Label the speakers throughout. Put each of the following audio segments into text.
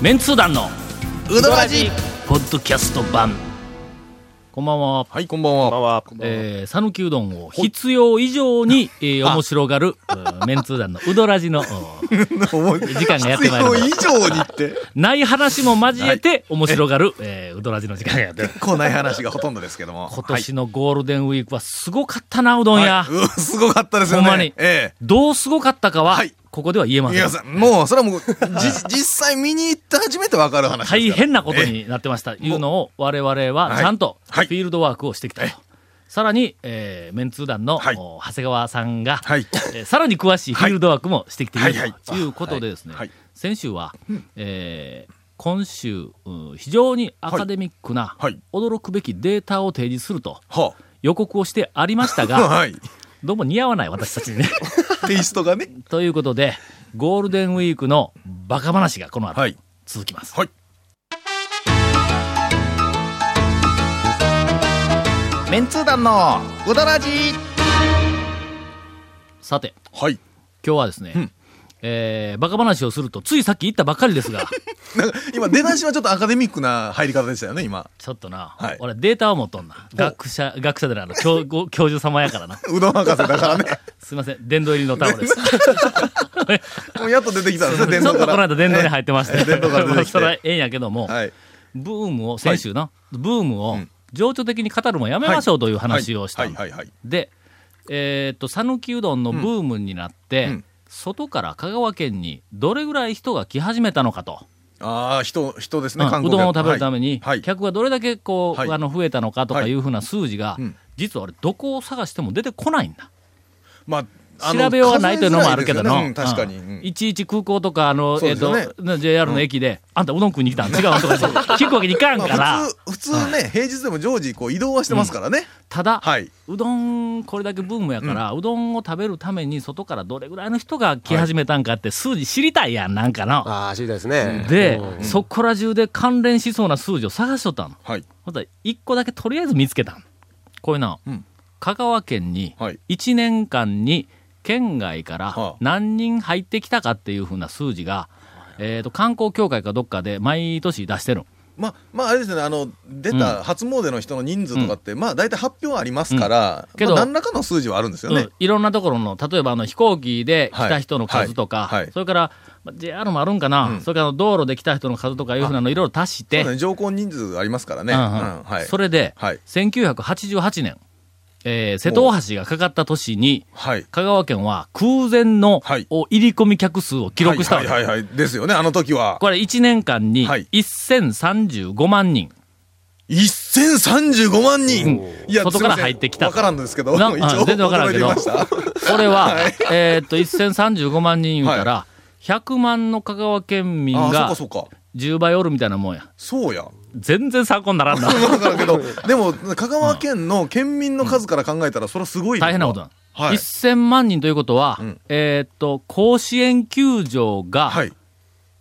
Speaker 1: メンツー団の
Speaker 2: うどらじ
Speaker 1: ポッドキャスト版こんばんは、
Speaker 2: はい、こんばんは。
Speaker 3: は。
Speaker 1: えー、讃岐うどんを必要以上に、えー、面白がるうんメンツー団のうどら じのうん時間がやってまいりまし
Speaker 2: 以上にって、
Speaker 1: たない話も交えて面白がる、えーうどらじの時間がやってまいりました
Speaker 2: こない話がほとんどですけども。
Speaker 1: 今年のゴールデンウィークはすごかったなうどん屋、
Speaker 2: はいうんすごかったです
Speaker 1: ほ
Speaker 2: よ
Speaker 1: んま
Speaker 2: ね
Speaker 1: に。
Speaker 2: え
Speaker 1: どうすごかったかは、
Speaker 2: はい
Speaker 1: ここでは言えま
Speaker 2: え。
Speaker 1: せん
Speaker 2: 皆さん、もう、それはもう、じ 実際見に行って初めてわかる話
Speaker 1: 大
Speaker 2: ですから。
Speaker 1: 変なこと
Speaker 2: ええ。
Speaker 1: になってました、いうのを我々はちゃんとフ
Speaker 2: はい
Speaker 1: ィールドワークをしてきたと、さらに、えーメンツー団の、
Speaker 2: はい
Speaker 1: お長谷川さんが、
Speaker 2: はい
Speaker 1: えーさらに詳しいフィールドワークもしてきている
Speaker 2: はいはいはい
Speaker 1: ということでですね、
Speaker 2: はい
Speaker 1: 先週は、えー今週、うん非常にアカデミックな、
Speaker 2: はいはい
Speaker 1: 驚くべきデータを提示すると
Speaker 2: は
Speaker 1: 予告をしてありました
Speaker 2: あ
Speaker 1: が、
Speaker 2: はい。
Speaker 1: どうも似合わない私たちにね。
Speaker 2: テイストがね。
Speaker 1: ということで、ゴールデンウィークのバカ話がこの後、
Speaker 2: はい
Speaker 1: 続きます。
Speaker 2: はい。
Speaker 3: メンツー団のうどらじ
Speaker 1: さて、
Speaker 2: はい。
Speaker 1: 今日はですね、えーバカ話をすると、ついさっき言ったばかり ですが、
Speaker 2: なんか今、出だしはちょっとアカデミックな入り方でしたよね、今。
Speaker 1: ちょっとな、
Speaker 2: はい
Speaker 1: 俺データを持っとんな。学者、学者でなあの教、ご教授様やからな。
Speaker 2: うどん博士だ からね。
Speaker 1: すいません、殿堂入りのタオルです。
Speaker 2: もうやっと出てきたんで
Speaker 1: ちょ
Speaker 2: すね、
Speaker 1: っ
Speaker 2: 電
Speaker 1: と
Speaker 2: 動
Speaker 1: こ
Speaker 2: か
Speaker 1: の
Speaker 2: ら。
Speaker 1: 間殿堂に入ってまして、
Speaker 2: ええ殿堂から出てき
Speaker 1: ま
Speaker 2: て
Speaker 1: あそれはええんやけども、
Speaker 2: はい。
Speaker 1: ブームを、先週な、ブームを情緒的に語るもやめましょうという話をした
Speaker 2: は
Speaker 1: の
Speaker 2: い、はい、はい。
Speaker 1: で、えーっと、讃岐うどんのブームになって、
Speaker 2: うんうん
Speaker 1: 外から香川県にどれぐらい人が来始めたのかと、
Speaker 2: ああ、人、人です
Speaker 1: う
Speaker 2: ね、
Speaker 1: ん
Speaker 2: 観
Speaker 1: う
Speaker 2: 光
Speaker 1: ど
Speaker 2: 客
Speaker 1: んを食べるために、
Speaker 2: はい。はい
Speaker 1: 客がどれだけこう、
Speaker 2: はい
Speaker 1: あの増えたのかとか
Speaker 2: はい
Speaker 1: いうふうな数字が、
Speaker 2: うん
Speaker 1: 実は俺、どこを探しても出てこないんだ。
Speaker 2: まあ、あの
Speaker 1: 調べようがないというのもあるけど
Speaker 2: 数えづら
Speaker 1: の、
Speaker 2: いですよねうん確かに。
Speaker 1: う
Speaker 2: うんん
Speaker 1: いちいち空港とか、あの、
Speaker 2: そう
Speaker 1: え
Speaker 2: で
Speaker 1: っ
Speaker 2: すよね
Speaker 1: と、な JR の駅で、あんたうどん食いに来たん違うとかって聞くわけにいかん
Speaker 2: ま
Speaker 1: か
Speaker 2: あ
Speaker 1: ら、
Speaker 2: 普通、普通ね、平日でも常時こう移動はしてますからね。
Speaker 1: ただ、
Speaker 2: はい。
Speaker 1: うどん、これだけブームやから、うどんを食べるために、外からどれぐらいの人が来始めたんかって、数字知りたいやん、なんかの。
Speaker 4: ああ、知りたいですね。
Speaker 1: で
Speaker 4: うん、
Speaker 1: そこら中で関連しそうな数字を探しとったの。
Speaker 2: はい。
Speaker 1: ほんと一個だけとりあえず見つけたのこういうな、
Speaker 2: うん
Speaker 1: 香川県に
Speaker 2: はい
Speaker 1: 1年間に県外か
Speaker 2: は
Speaker 1: ら
Speaker 2: あ
Speaker 1: 何人入ってきたかっていうふうな数字が、えー、と観光協会かどっかで毎年出してるん
Speaker 2: まあ、まあ、あれですね、あの、出た初詣の人の人数とかって、まあ、大体発表ありますから、
Speaker 1: けど
Speaker 2: まあ何らかの数字はあるんですよ
Speaker 1: う
Speaker 2: ね
Speaker 1: ん。いろんなところの、例えばあの飛行機で来た人の
Speaker 2: はい
Speaker 1: 数とか、
Speaker 2: はいはい
Speaker 1: それからまあ JR もあるんかな、
Speaker 2: うん
Speaker 1: それからあの道路で来た人の数とかいうふうなのいろいろ足し
Speaker 2: そ
Speaker 1: て、
Speaker 2: うだね、乗降人数ありますからね。
Speaker 1: う
Speaker 2: うんん
Speaker 1: うん
Speaker 2: はい。
Speaker 1: それで、
Speaker 2: はい
Speaker 1: 1988年、えー瀬戸大橋がかかった年に、
Speaker 2: はい。
Speaker 1: 香川県は空前の
Speaker 2: はい
Speaker 1: お入り込み客数を記録したわ
Speaker 2: はい
Speaker 1: け
Speaker 2: はいはいはい。ですよね、あの時は。
Speaker 1: これ1年間に
Speaker 2: はい
Speaker 1: 1035万人。
Speaker 2: 1035万人、
Speaker 1: うん外から入ってきた
Speaker 2: わからんのですけど、
Speaker 1: な
Speaker 2: 一
Speaker 1: あ
Speaker 2: 応、
Speaker 1: 全然わからんけど
Speaker 2: 驚いてみました
Speaker 1: これ は、えーっと、1035万人言うたら、100万の香川県民
Speaker 2: ああ、
Speaker 1: が
Speaker 2: そうかそうか。
Speaker 1: 10倍おるみたいなもんや。
Speaker 2: そうや。
Speaker 1: 全然参考になら んな。
Speaker 2: わからん けど、でも、香川県の県民の数から考えたら、それはすごい。
Speaker 1: 大変なことなん。
Speaker 2: はい
Speaker 1: 1000万人ということは、
Speaker 2: うん
Speaker 1: えーっと、甲子園球場が
Speaker 2: はい。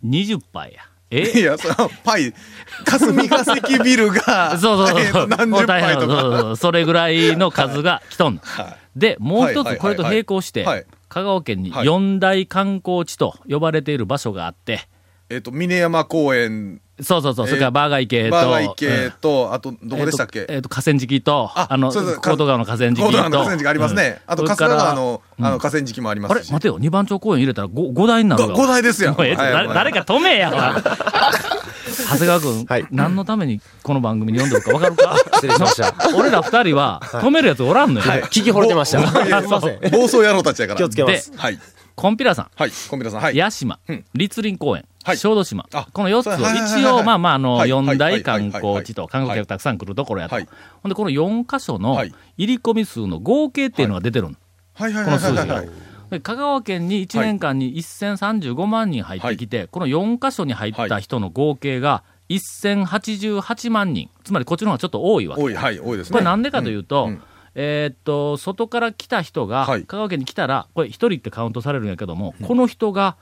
Speaker 1: 20倍や。
Speaker 2: い
Speaker 1: え
Speaker 2: や、そのパイ、霞が関ビルが、
Speaker 1: そうそう
Speaker 2: えー
Speaker 1: そ
Speaker 2: と
Speaker 1: う。
Speaker 2: 何
Speaker 1: もう
Speaker 2: 十
Speaker 1: 大変
Speaker 2: 杯
Speaker 1: な
Speaker 2: と
Speaker 1: こと
Speaker 2: か。
Speaker 1: そうそうそうそれぐらいの数が来とんの。
Speaker 2: は
Speaker 1: で、もう一
Speaker 2: はいはいはいは
Speaker 1: つ
Speaker 2: い
Speaker 1: これと並行して
Speaker 2: はい、
Speaker 1: 香川県に
Speaker 2: はい
Speaker 1: 四大観光地と呼ばれている場所があって、
Speaker 2: いえっと、峰山公園、
Speaker 1: そうそうそう、それからバーガイ系と、
Speaker 2: バーガイ
Speaker 1: う
Speaker 2: 系
Speaker 1: ん
Speaker 2: と、あと、どこでしたっけ
Speaker 1: えーとえーと、河川敷と、
Speaker 2: あ
Speaker 1: あの、
Speaker 2: そうそうか
Speaker 1: 高等川の河川敷と。
Speaker 2: 高度川の河川敷ありますね。
Speaker 1: うん
Speaker 2: あと、
Speaker 1: それ
Speaker 2: 春
Speaker 1: か
Speaker 2: 日
Speaker 1: ら
Speaker 2: 川のあ
Speaker 1: うん
Speaker 2: の河川敷もありま
Speaker 1: あれ
Speaker 2: すし。
Speaker 1: 待てよ、二番町公園入れたら五五台になる
Speaker 2: ご
Speaker 1: わ
Speaker 2: 五台ですやん。
Speaker 1: もうええって
Speaker 2: はい
Speaker 1: 誰誰か止 めや、ほら長谷川君、
Speaker 4: はい
Speaker 1: 何のためにこの番組に読んでるか分か るか
Speaker 4: 失礼しました。
Speaker 1: 俺ら二人は止めるやつおらんのよ。
Speaker 4: 聞き惚れてました。
Speaker 2: いや
Speaker 4: すいません。
Speaker 2: 暴走野郎たちやから。
Speaker 4: 気をつけます。
Speaker 2: はい。
Speaker 1: コンピラさん、
Speaker 2: はい。コンビラさん、はい。
Speaker 1: 屋島、
Speaker 2: うん
Speaker 1: 立林公園、
Speaker 2: はい
Speaker 1: 小豆島
Speaker 2: あ、
Speaker 1: この4つを
Speaker 2: そうはいはいはい
Speaker 1: 一
Speaker 2: は
Speaker 1: 応、
Speaker 2: い
Speaker 1: まあまあ、あの、
Speaker 2: はいはい
Speaker 1: 4
Speaker 2: は
Speaker 1: 大
Speaker 2: いはいは
Speaker 1: 観
Speaker 2: い
Speaker 1: 光地と観光客たくさん来るところやと。ほ
Speaker 2: は
Speaker 1: ん
Speaker 2: い
Speaker 1: で、この4箇所の
Speaker 2: はい
Speaker 1: 入り込み数の合計っていうのが出てるの。
Speaker 2: はいはい
Speaker 1: こ
Speaker 2: は
Speaker 1: の
Speaker 2: いは
Speaker 1: 数
Speaker 2: い
Speaker 1: 字
Speaker 2: は
Speaker 1: が
Speaker 2: い。。
Speaker 1: で香川県に1年間に1035万人入ってきて、この4箇所に入った人の合計が1088万人。つまりこっちの方がちょっと多いわけ。
Speaker 2: 多い、はい、多いですね。
Speaker 1: これなんでかといううと、
Speaker 2: んん
Speaker 1: えーっと、外から来た人が、
Speaker 2: はい
Speaker 1: 香川県に来たら、これ一人ってカウントされるんやけども、この人が、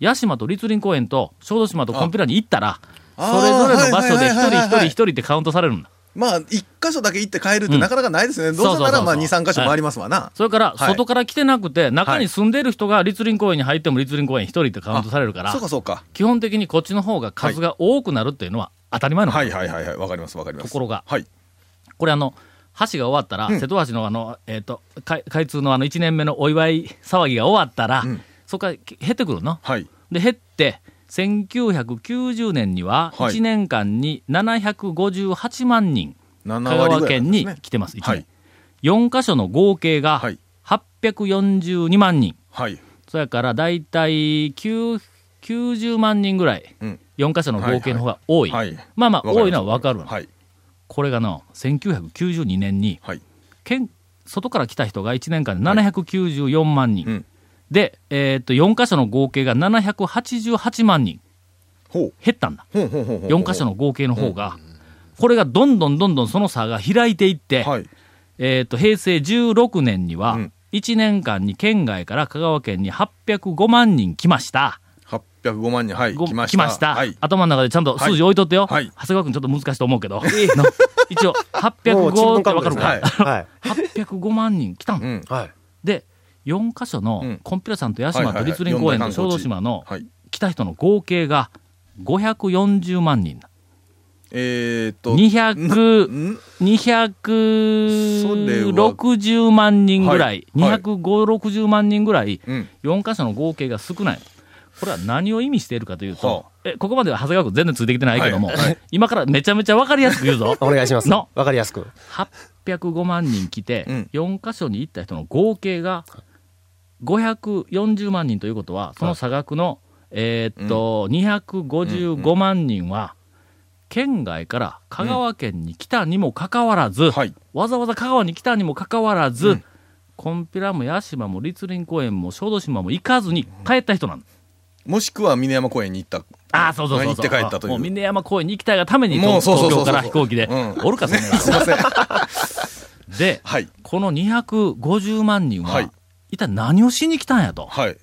Speaker 1: 屋島と立林公園と小豆島とコンピュラに行ったら、そ
Speaker 2: あ
Speaker 1: れぞれの場所で一
Speaker 2: はいはいはいはい
Speaker 1: 人
Speaker 2: は
Speaker 1: 一人
Speaker 2: い
Speaker 1: 一人ってカウントされるんだ。
Speaker 2: まあ一箇所だけ行って帰るってなかなかないですね、どうせな
Speaker 1: そうそうそうそ
Speaker 2: ら
Speaker 1: う
Speaker 2: まあ23箇所回りますわな、
Speaker 1: それから、
Speaker 2: はい
Speaker 1: 外から来てなくて、中に住んでいる人が栗林公園に入っても栗林公園一人ってカウントされるから
Speaker 2: そう、かそうか
Speaker 1: 基本的にこっちの方が数が多くなるっていうのは当たり前のこと、
Speaker 2: はいはいはいはいわかりますわかります
Speaker 1: ところが
Speaker 2: はい
Speaker 1: これあの、橋が終わったら、瀬戸大橋のあの、えっ、と、開開通のあの1年目のお祝い騒ぎが終わったら、
Speaker 2: うん
Speaker 1: そこから減ってくるの。
Speaker 2: はい
Speaker 1: で、減って、1990年には、
Speaker 2: はい
Speaker 1: 1年間に758万人、
Speaker 2: 7
Speaker 1: 香
Speaker 2: 割
Speaker 1: 川
Speaker 2: ぐらい
Speaker 1: 県
Speaker 2: なんです
Speaker 1: に
Speaker 2: ね
Speaker 1: 来てます、
Speaker 2: はい
Speaker 1: 4カ所の合計が
Speaker 2: はい
Speaker 1: 842万人、
Speaker 2: はい
Speaker 1: それから大体9 90万人ぐらい、
Speaker 2: うん
Speaker 1: 4カ所の合計の方が多い、
Speaker 2: はい
Speaker 1: まあまあ、
Speaker 2: わかります
Speaker 1: 多いのは分かるの、
Speaker 2: はい
Speaker 1: これがの1992年に
Speaker 2: はい
Speaker 1: 県、外から来た人が1年間で794万人、
Speaker 2: うん
Speaker 1: で、えーっと4カ所の合計が788万人
Speaker 2: ほう
Speaker 1: 減ったんだ、
Speaker 2: ほうほうほうほう
Speaker 1: 4カ所の合計の方が、これがどんどんどんどんその差が開いていって、
Speaker 2: はい
Speaker 1: えー、と平成16年には
Speaker 2: うん、
Speaker 1: 1年間に県外から香川県に805万人来ました。
Speaker 2: 805万人はい
Speaker 1: ご
Speaker 2: 来ましたはい
Speaker 1: 頭の中でちゃんと数字置いとってよ。
Speaker 2: はいはい
Speaker 1: 長谷川君ちょっと難しいと思うけど。 の一応、805ってわかるか
Speaker 2: は
Speaker 1: ら
Speaker 2: い。
Speaker 4: はい。
Speaker 1: 805万人来た。
Speaker 2: うんん
Speaker 4: はい。。
Speaker 1: で、4カ所
Speaker 2: う
Speaker 1: の
Speaker 2: ん
Speaker 1: コンピュラさんと屋島と立林公園と小豆島の
Speaker 2: はい
Speaker 1: 来た人の合計が540万人だ。
Speaker 2: えーっと
Speaker 1: 200、
Speaker 2: ん
Speaker 1: 260万人ぐらい、
Speaker 2: それははい
Speaker 1: 250、60万人ぐらい、
Speaker 2: うん
Speaker 1: 4箇所の合計が少ない。これは何を意味しているかというと、
Speaker 2: は
Speaker 1: えここまでは長谷川君全然ついてきてないけども、
Speaker 2: はいは
Speaker 1: 今からめちゃめちゃ分かりやすく言うぞ
Speaker 4: お願いします。
Speaker 1: の
Speaker 4: わかりやすく。
Speaker 1: 805万人来て、
Speaker 2: うん
Speaker 1: 4箇所に行った人の合計が540万人ということは、その差額の、えーっと、255万人は、県外から香川県に来たにもかかわらず、
Speaker 2: はい
Speaker 1: わざわざ香川に来たにもかかわらず、
Speaker 2: うん
Speaker 1: コンピラも屋島も栗林公園も小豆島も行かずに帰った人なの。
Speaker 2: もしくは峰山公園に行った
Speaker 1: ああ、そうそうそうそう。
Speaker 2: 行って帰ったという
Speaker 1: もう峰山公園に行きたいがために、
Speaker 2: もう
Speaker 1: 東
Speaker 2: そうそうそうそ
Speaker 1: 東
Speaker 2: う
Speaker 1: 京から飛行機で、
Speaker 2: うん
Speaker 1: おるか、そんなやつ
Speaker 2: すいませんは
Speaker 1: で、
Speaker 2: い
Speaker 1: この250万人は、
Speaker 2: はい
Speaker 1: 一体何をしに来たんやと。
Speaker 2: はい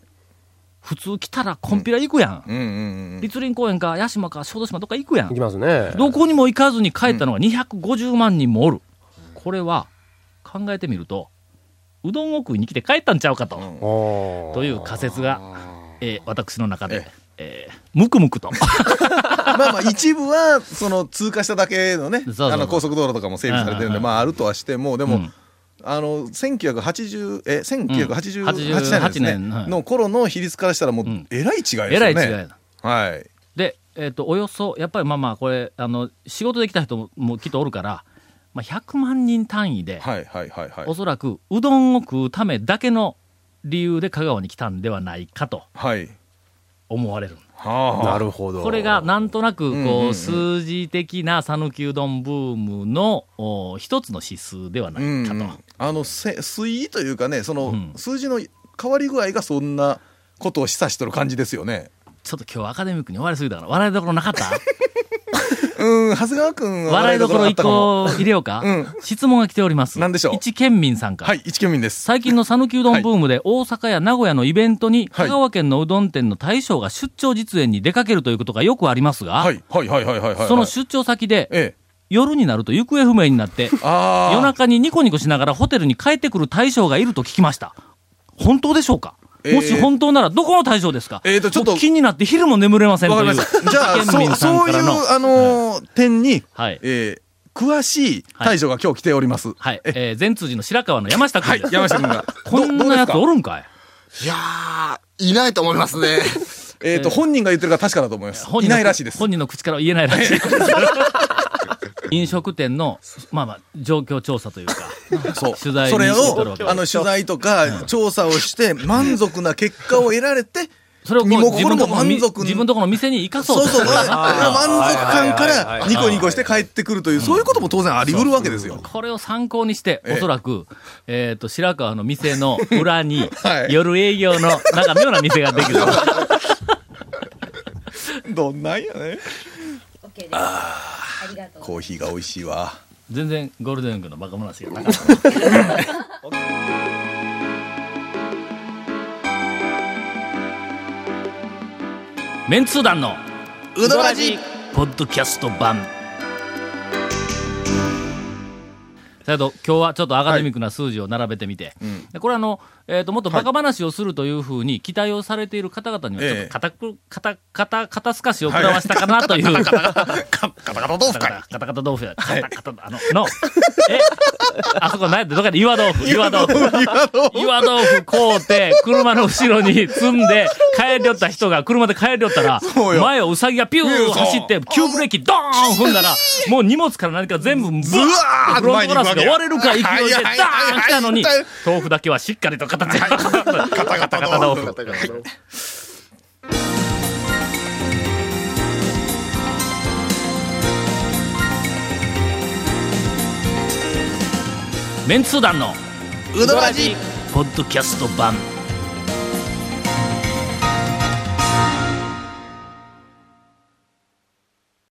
Speaker 1: 普通来たらコンピラ行くやん。
Speaker 2: うんうんうん
Speaker 1: 栗林公園か屋島か小豆島どっか行くや
Speaker 4: い
Speaker 1: ん
Speaker 4: き。ますね。
Speaker 1: どこにも行かずに帰ったのが250万人もおる。これは、考えてみると、うどんを食いに来て帰ったんちゃうかと。
Speaker 2: うん
Speaker 4: おー
Speaker 1: という仮説が、えー私の中で
Speaker 2: え、
Speaker 1: えーむくむ くと。
Speaker 2: まあまあ一部はその通過しただけのね
Speaker 1: そうそう
Speaker 2: あの高速道路とかも整備されてるん
Speaker 1: う
Speaker 2: で
Speaker 1: ん
Speaker 2: まああるとはしてもで
Speaker 1: う
Speaker 2: も
Speaker 1: ん
Speaker 2: あの1980え1988年です
Speaker 1: 88
Speaker 2: ね
Speaker 1: 年はい
Speaker 2: の頃の比率からしたらもうんえらい違いですよね
Speaker 1: えらい違いだ。
Speaker 2: はい
Speaker 1: で、えっとおよそ、やっぱりまあまあ、これあの、仕事で来た人ももきっとおるから、まあ、100万人単位で、
Speaker 2: はいはいはいはい
Speaker 1: おそらくうどんを食うためだけの理由で香川に来たんではないかと
Speaker 2: はい
Speaker 1: 思われる。
Speaker 2: はあは
Speaker 4: な
Speaker 2: あ
Speaker 4: るほど。
Speaker 1: これがなんとなく
Speaker 2: うんうん
Speaker 1: こ
Speaker 2: う
Speaker 1: う、
Speaker 2: ん
Speaker 1: 数字的な讃岐うどんブームのお一つの指数ではな
Speaker 2: う
Speaker 1: い
Speaker 2: ん
Speaker 1: か
Speaker 2: うん
Speaker 1: と。
Speaker 2: あのせ推移というかねその
Speaker 1: うん
Speaker 2: 数字の変わり具合がそんなことを示唆しとる感じですよね
Speaker 1: ちょっと今日アカデミックに終わりすぎたから、笑いどころなか った
Speaker 2: うん長谷川君は
Speaker 1: 笑いどころ
Speaker 2: あっ
Speaker 1: 一
Speaker 2: たかも
Speaker 1: 個入れようか。
Speaker 2: うん
Speaker 1: 質問が来ております。
Speaker 2: 何でしょう
Speaker 1: 一県民さんから。
Speaker 2: はい一県民です
Speaker 1: 最近の讃岐うどんブームで大阪や名古屋のイベントに
Speaker 2: は
Speaker 1: 香
Speaker 2: い
Speaker 1: 川県のうどん店の大将が出張実演に出かけるということがよくありますが、
Speaker 2: はいはいはいはいはいはい
Speaker 1: その出張先で
Speaker 2: ええ
Speaker 1: 夜になると行方不明になって、
Speaker 2: ああ
Speaker 1: 夜中にニコニコしながらホテルに帰ってくる大将がいると聞きました。本当でしょうか、
Speaker 2: えー
Speaker 1: もし本当ならどこの大将ですか、
Speaker 2: えーとちょっと
Speaker 1: もう気になって昼も眠れません
Speaker 2: わ
Speaker 1: と
Speaker 2: か
Speaker 1: い
Speaker 2: り
Speaker 1: う。
Speaker 2: ました。じゃあ、
Speaker 1: 一軒
Speaker 2: そ
Speaker 1: 民
Speaker 2: う、
Speaker 1: さん
Speaker 2: そう
Speaker 1: か
Speaker 2: い
Speaker 1: らの
Speaker 2: う、あのー点に、
Speaker 1: はい
Speaker 2: えー詳しい大将が今日来ております。
Speaker 1: はい。
Speaker 2: え
Speaker 1: えー、前通寺の白川の山下君
Speaker 2: はい
Speaker 1: です。
Speaker 2: 山下 君が。
Speaker 1: こんなやつお
Speaker 2: る
Speaker 1: るんかい
Speaker 5: いやー、いないと思いますね。
Speaker 2: えっと、本人が言ってるから確かだと思います。
Speaker 1: 本
Speaker 2: い
Speaker 1: 人の
Speaker 2: ないらしいです。
Speaker 1: 本人の口からは言えないらしい。 飲食店の、まあまあ、状況調査というか、
Speaker 2: そう。
Speaker 1: 取材に
Speaker 2: それを
Speaker 1: 行ってるわけ、
Speaker 2: あの、取材とか、調査をして、満足な結果を得られて、
Speaker 1: それをこう
Speaker 2: 身も
Speaker 1: 自分
Speaker 2: 心
Speaker 1: の
Speaker 2: も
Speaker 1: とこの
Speaker 2: 満足
Speaker 1: 自分のとこの店に生かそうと
Speaker 2: そうそう、 満足感か
Speaker 4: はいはいはい
Speaker 2: ら
Speaker 4: はい
Speaker 2: ニコニコして帰ってくるという、そういうことも当然あり得るわけですよ。
Speaker 1: これを参考にして、
Speaker 2: ええ
Speaker 1: おそらく、えっ、と、白川の店 の裏に、
Speaker 2: はい
Speaker 1: 夜営業の、なんか妙な店がで きる。
Speaker 2: どんなんやね。
Speaker 6: OK です。ありがとう。
Speaker 2: コーヒーが美味しいわ。
Speaker 1: 全然ゴールデンウィークのバカ話がなか った。 メンツー団の
Speaker 2: うどらじ
Speaker 1: ポッドキャスト版だけど、今日はちょっとアカデミックな数字を並べてみて、でこれあの、えー、ともっとバカ話をするというふうに期待をされている方々には、ちょっと肩く、肩、肩、肩すかしを食らわしたかなとい
Speaker 5: カ
Speaker 1: う、
Speaker 5: タカタ豆腐
Speaker 1: だか
Speaker 5: かい
Speaker 1: ら、カタカタ豆腐や、カタカタ、あの、の、え、あそこ何やって、どっかで岩豆腐、岩豆腐、岩豆腐買うて、車の後ろに積んで、帰りよった人が、車で帰りよったら、
Speaker 2: うよ
Speaker 1: 前をウサギがピュー走って、急ブレーキドーン踏んだら、もう荷物から何か全部、ブワーッフロントガラスが割れるか勢いで、ダーン来たのに、豆腐だけはしっかりと形が、カタカタ豆腐。メンツー団の
Speaker 2: うどらじ
Speaker 1: ポッドキャスト版